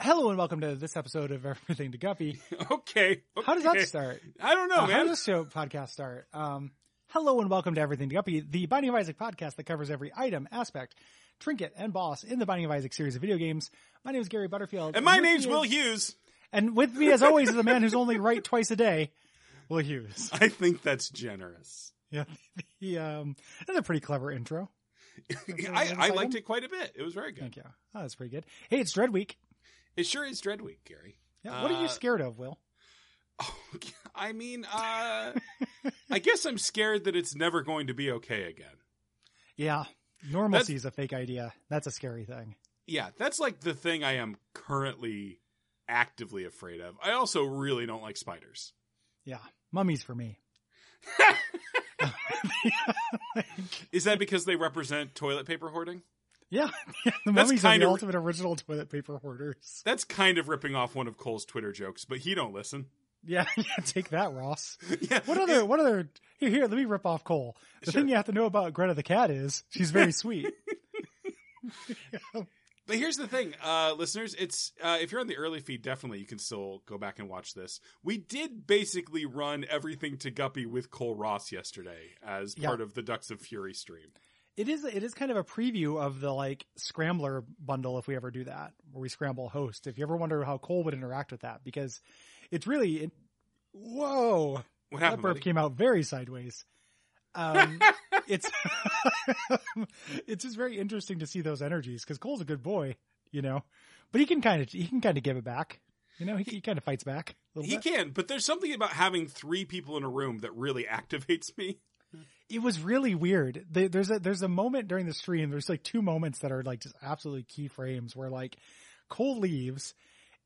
Hello and welcome to this episode of Everything to Guppy. Okay. How does okay. that start? I don't know, Uh, how Oh, man. does this show podcast start? Um, hello and welcome to Everything to Guppy, the Binding of Isaac podcast that covers every item, aspect, trinket, and boss in the Binding of Isaac series of video games. My name is Gary Butterfield, and my with name's me Will is- Hughes. And with me, as always, is the man who's only right twice a day, Will Hughes. I think that's generous. Yeah, he, um, that's a pretty clever intro. I, I item? liked it quite a bit. It was very good. Thank you. Oh, that's pretty good. Hey, it's Dread Week. It sure is Dread Week, Gary. Yeah, what are Uh, you scared of, Will? Oh, I mean, uh, I guess I'm scared that it's never going to be okay again. Yeah, normalcy is a fake idea. That's a scary thing. Yeah, that's like the thing I am currently actively afraid of. I also really don't like spiders. Yeah, mummies for me. Is that because they represent toilet paper hoarding? Yeah, the That's mummies are the kinda- ultimate original toilet paper hoarders. That's kind of ripping off one of Cole's Twitter jokes, but he don't listen. Yeah, yeah, take that, Ross. Yeah. What other? What other? Here, here. Let me rip off Cole. The Sure. thing you have to know about Greta the cat is she's very sweet. But here's the thing, uh, listeners. It's uh, if you're on the early feed, definitely you can still go back and watch this. We did basically run everything to Guppy with Cole Ross yesterday as Yeah. part of the Ducks of Fury stream. It is. It is kind of a preview of the like scrambler bundle if we ever do that, where we scramble host. If you ever wonder how Cole would interact with that, because it's really. It, whoa, that What happened? burp buddy? came out very sideways. Um, it's it's just very interesting to see those energies because Cole's a good boy, you know, but he can kind of he can kind of give it back, you know. He, he kind of fights back a little He bit. can, but there's something about having three people in a room that really activates me. It was really weird. There- There's a there's a moment during the stream. There's like two moments that are like just absolutely key frames where like Cole leaves.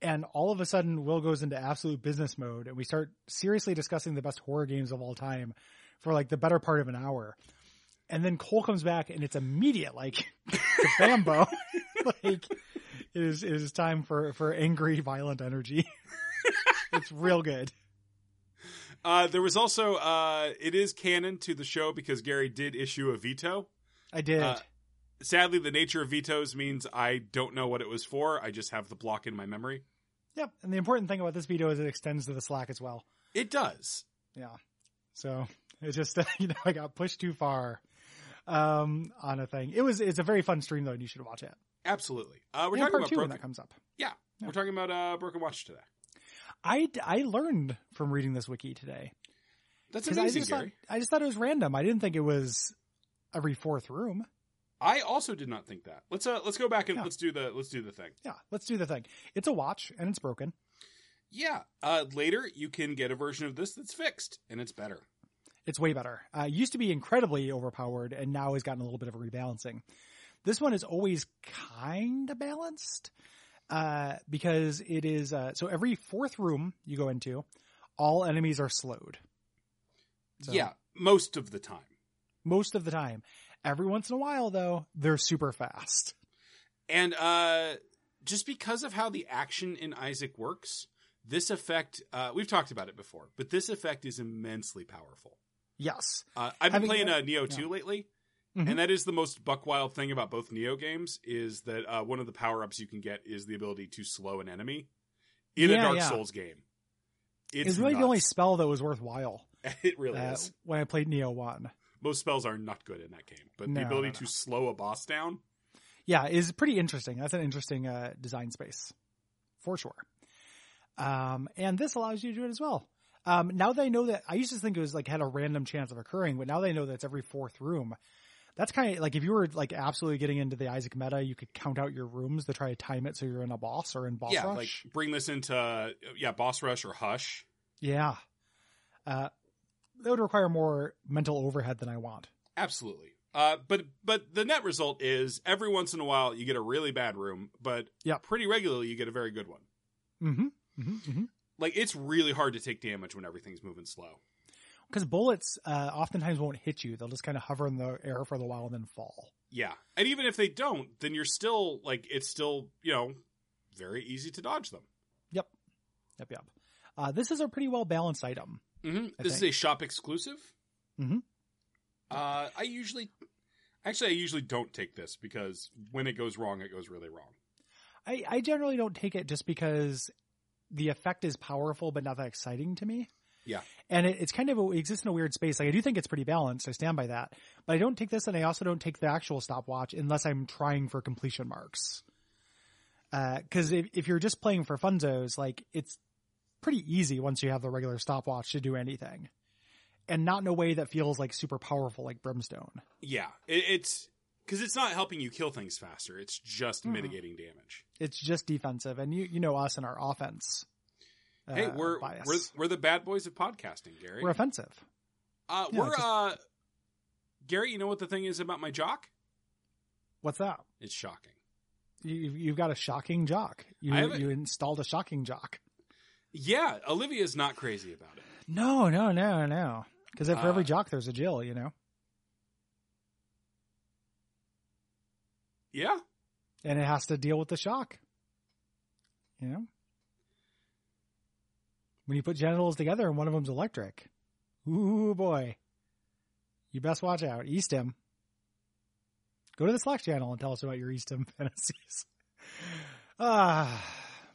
And all of a sudden, Will goes into absolute business mode, and we start seriously discussing the best horror games of all time for like the better part of an hour. And then Cole comes back, and it's immediate, like the Bambo, like it is it is time for for angry, violent energy. it's real good. Uh, there was also uh, it is canon to the show because Gary did issue a veto. I did. Uh, Sadly, the nature of vetoes means I don't know what it was for. I just have the block in my memory. yep. And the important thing about this video is it extends to the Slack as well. It does. Yeah. So it's just you know I got pushed too far um on a thing. It was it's a very fun stream though, and you should watch it. Absolutely. Uh, we're And talking part about two when broken. that comes up. We're talking about uh, Broken Watch today. I I learned from reading this wiki today. That's 'Cause I amazing, just Gary. thought I just thought it was random. I didn't think it was every fourth room. I also did not think that. Let's uh, let's go back and Yeah. let's do the let's do the thing. Yeah, let's do the thing. It's a watch and it's broken. Yeah. Uh, later, you can get a version of this that's fixed and it's better. It's way better. Uh, it used to be incredibly overpowered, and now has gotten a little bit of a rebalancing. This one is always kind of balanced uh, because it is. Uh, so every fourth room you go into, all enemies are slowed. So- Yeah, most of the time. most of the time. Every once in a while, though, they're super fast. And uh, just because of how the action in Isaac works, this effect uh, we've talked about it before, but this effect is immensely powerful. Yes, Uh, I've been Having- playing uh, Neo yeah. two lately, Mhm. and that is the most buckwild thing about both Neo games is that uh, one of the power ups you can get is the ability to slow an enemy in a Yeah, Dark yeah. Souls game. it's, It's, really the only nuts. spell that was worthwhile it really uh, is. when I played Neo One. Most spells are not good in that game, but No, the ability no, no. to slow a boss down. yeah, is pretty interesting. That's an interesting uh, design space for sure. Um, and this allows you to do it as well. Um, now that I know that, I used to think it was like had a random chance of occurring, but now that I know that's every fourth room, that's kind of like if you were like absolutely getting into the Isaac meta, you could count out your rooms to try to time it so you're in a boss or in boss yeah, rush. like bring this into uh, yeah, boss rush or hush. yeah, uh, that would require more mental overhead than I want. Absolutely. Uh, but but the net result is every once in a while you get a really bad room, but Yeah. pretty regularly you get a very good one. Mm-hmm. Mm-hmm. mm-hmm. Like it's really hard to take damage when everything's moving slow. Because bullets uh, oftentimes won't hit you; they'll just kind of hover in the air for a little while and then fall. Yeah. And even if they don't, then you're still like it's still, you know, very easy to dodge them. Yep, yep. Uh, this is a pretty well balanced item. Mm-hmm. I This is think. a shop exclusive. Mhm. Uh, I usually, actually, I usually don't take this because when it goes wrong, it goes really wrong. I, I generally don't take it just because the effect is powerful but not that exciting to me. Yeah. And it, it's kind of a, it exists in a weird space. Like I do think it's pretty balanced. I stand by that. But I don't take this and I also don't take the actual stopwatch unless I'm trying for completion marks. Uh, cause if, if you're just playing for funzos, like it's pretty easy once you have the regular stopwatch to do anything and not in a way that feels like super powerful like brimstone. Yeah, it, it's because it's not helping you kill things faster. It's just Mhm. mitigating damage. It's just defensive. And you, you know us and our offense. hey, uh, we're, bias. we're we're the bad boys of podcasting, Gary. we're offensive. uh, yeah, we're just- uh, Gary. You know what the thing is about my jock? What's that? It's shocking. You, you've got a shocking jock. You I haven't- you installed a shocking jock. Yeah, Olivia's not crazy about it. No, no, no, no. Because for Uh, every jock, there's a Jill. You know, Yeah, and it has to deal with the shock. You know, when you put genitals together and one of them's electric, ooh boy, you best watch out. E Eastim, go to the Slack channel and tell us about your E Eastim fantasies. ah,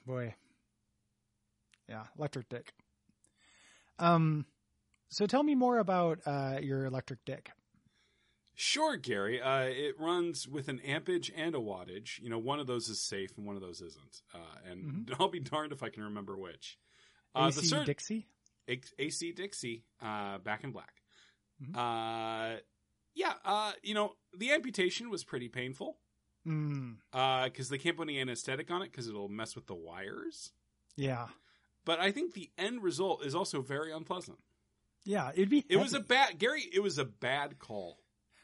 boy, yeah, electric dick. Um, so tell me more about uh, your electric dick. sure, Gary. Uh, it runs with an ampage and a wattage. You know, one of those is safe and one of those isn't. Uh, and I'll be darned if I can remember which. Uh, AC the sur- Dixie. Ac- AC Dixie, uh, back in black. Mhm. Uh, yeah, uh, you know, the amputation was pretty painful Mm, because they can't put any anesthetic on it because it'll mess with the wires. yeah, But I think the end result is also very unpleasant. yeah. It'd be. It was a heavy. bad, Gary, it was a bad call.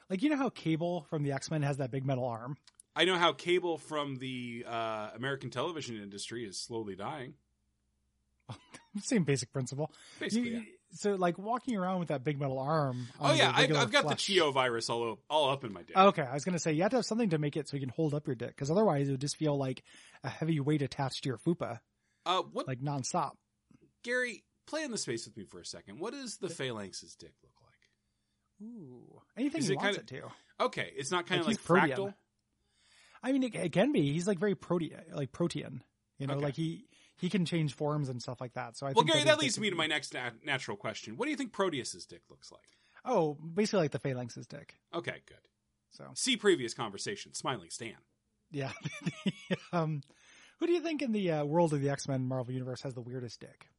like you know how Cable from the X Men has that big metal arm. I know how cable from the uh, American television industry is slowly dying. Same basic principle. You- Basically, yeah. you- So like walking around with that big metal arm. on Oh, the yeah, I, regular Oh. I've got flesh. the Chio virus all, o- all up in my dick. Okay, I was gonna say you have to have something to make it so you can hold up your dick, because otherwise it would just feel like a heavy weight attached to your fupa, Uh, what, like nonstop. Gary, play in the space with me for a second. What does the phalanx's dick look like? Ooh, anything Is he it wants kinda- it to. Okay, it's not kind Like of he's like, protean. fractal. I mean, it, it can be. He's like very protean, like protean. You know, Okay. like he he can change forms and stuff like that. So I Well, think Gary, his that dick leads would me to be- my next na- natural question. What do you think Proteus's dick looks like? oh, basically like the phalanx's dick. Okay, good. So See previous conversation. Smiling Stan. Yeah. um, who do you think in the uh, world of the X Men Marvel universe has the weirdest dick?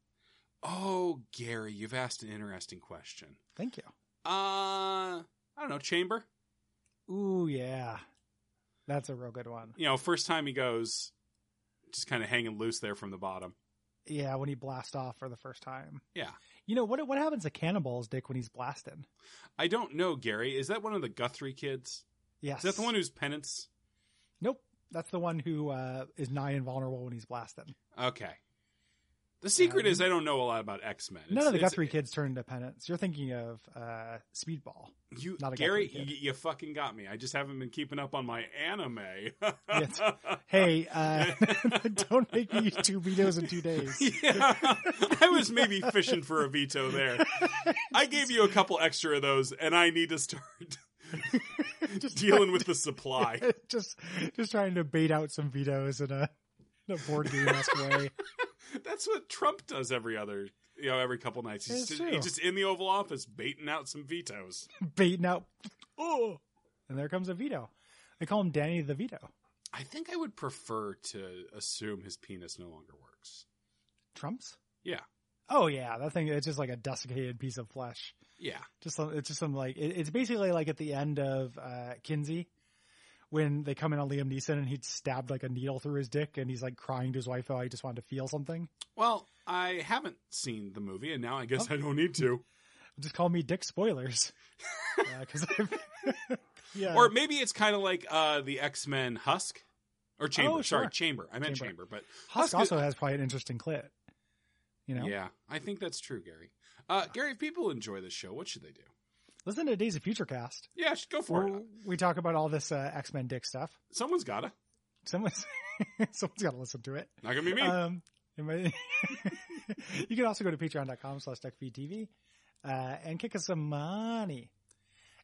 Oh, Gary, you've asked an interesting question. Thank you. Uh, I don't know, Chamber. Ooh, yeah, that's a real good one. You know, first time he goes, just kind of hanging loose there from the bottom. Yeah, when he blasts off for the first time. Yeah. You know what? What happens to Cannonball's dick when he's blasted? I don't know, Gary. Is that one of the Guthrie kids? Yes. Is that the one who's penance? Nope. That's the one who uh, is nigh invulnerable when he's blasted. Okay. The secret Um, is I don't know a lot about X Men. None of the Guthrie kids turn into penance. You're thinking of uh, Speedball. You, Not a Gary, Guthrie kid. you, you fucking got me. I just haven't been keeping up on my anime. Yes. Hey, uh, don't make me use two vetoes in two days. Yeah. I was maybe fishing for a veto there. I gave you a couple extra of those, and I need to start Just dealing with the supply. just just trying to bait out some vetoes in a in a board game esque way. That's what Trump does every other, you know, every couple nights. He's It's just, true. he's just in the Oval Office baiting out some vetoes. Baiting out oh and there comes a veto. They call him Danny the Veto. I think I would prefer to assume his penis no longer works. Trump's? Yeah. Oh yeah, that thing it's just like a desiccated piece of flesh. Yeah. Just some, it's just some like it, it's basically like at the end of uh Kinsey when they come in on Liam Neeson and he'd stabbed like a needle through his dick and he's like crying to his wife, oh, I just wanted to feel something. Well, I haven't seen the movie, and now I Oh. guess I don't need to. Just call me Dick Spoilers. Because I've yeah. Or maybe it's kind of like uh, the X Men Husk or Chamber. Oh, Sorry, sure. Chamber. I meant Chamber, Chamber. but Husk Husk is- also has probably an interesting clit. You know, yeah, I think that's true, Gary. Uh, Gary, if people enjoy this show, what should they do? listen to Days of Future Cast. Yeah, sh- go for Where it. we talk about all this uh, X Men dick stuff. Someone's gotta. Someone's someone's got to listen to it. Not gonna be me. Um, it might- you can also go to patreon.com slash duckfeedtv uh, and kick us some money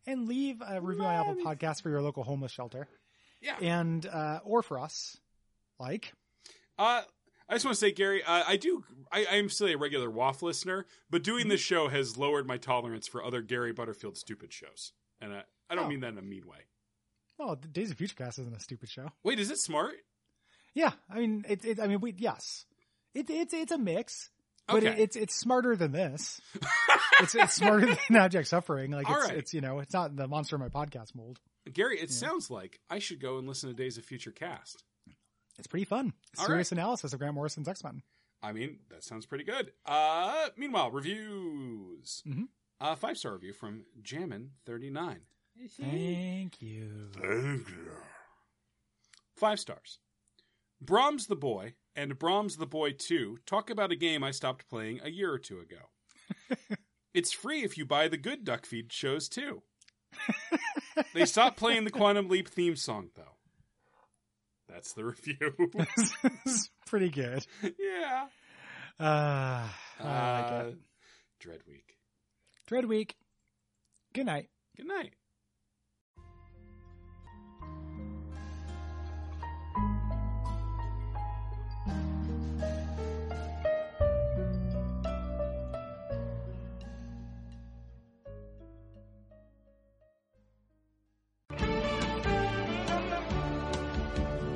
and leave a review on Apple Money. Podcasts for your local homeless shelter yeah, and uh, or for us Like, Uh, I just want to say, Gary, uh, I do. I, I am still a regular WAF listener, but doing this show has lowered my tolerance for other Gary Butterfield stupid shows, and I, I don't Oh. mean that in a mean way. oh, Days of Future Past isn't a stupid show. Wait, is it smart? Yeah, I mean, it's. It, I mean, we yes, it, it's it's a mix, but it, Okay. it's it's smarter than this. it's, it's smarter than abject suffering. Like All it's, right. it's you know, it's not the monster in my podcast mold. Gary, it Yeah. sounds like I should go and listen to Days of Future Cast. It's pretty fun. All Serious analysis of Grant Morrison's X Men. I mean, that sounds pretty good. Uh, meanwhile, reviews. Mhm. Uh, five star review from Jammin39. Thank you. Five stars. Brahms the Boy and Brahms the Boy 2 talk about a game I stopped playing a year or two ago. it's free if you buy the good Duck Feed shows too. they stopped playing the Quantum Leap theme song though. That's the review. it's pretty good. yeah. Uh, I like Uh, it. Dread Week. Dread Week. Good night. Good night.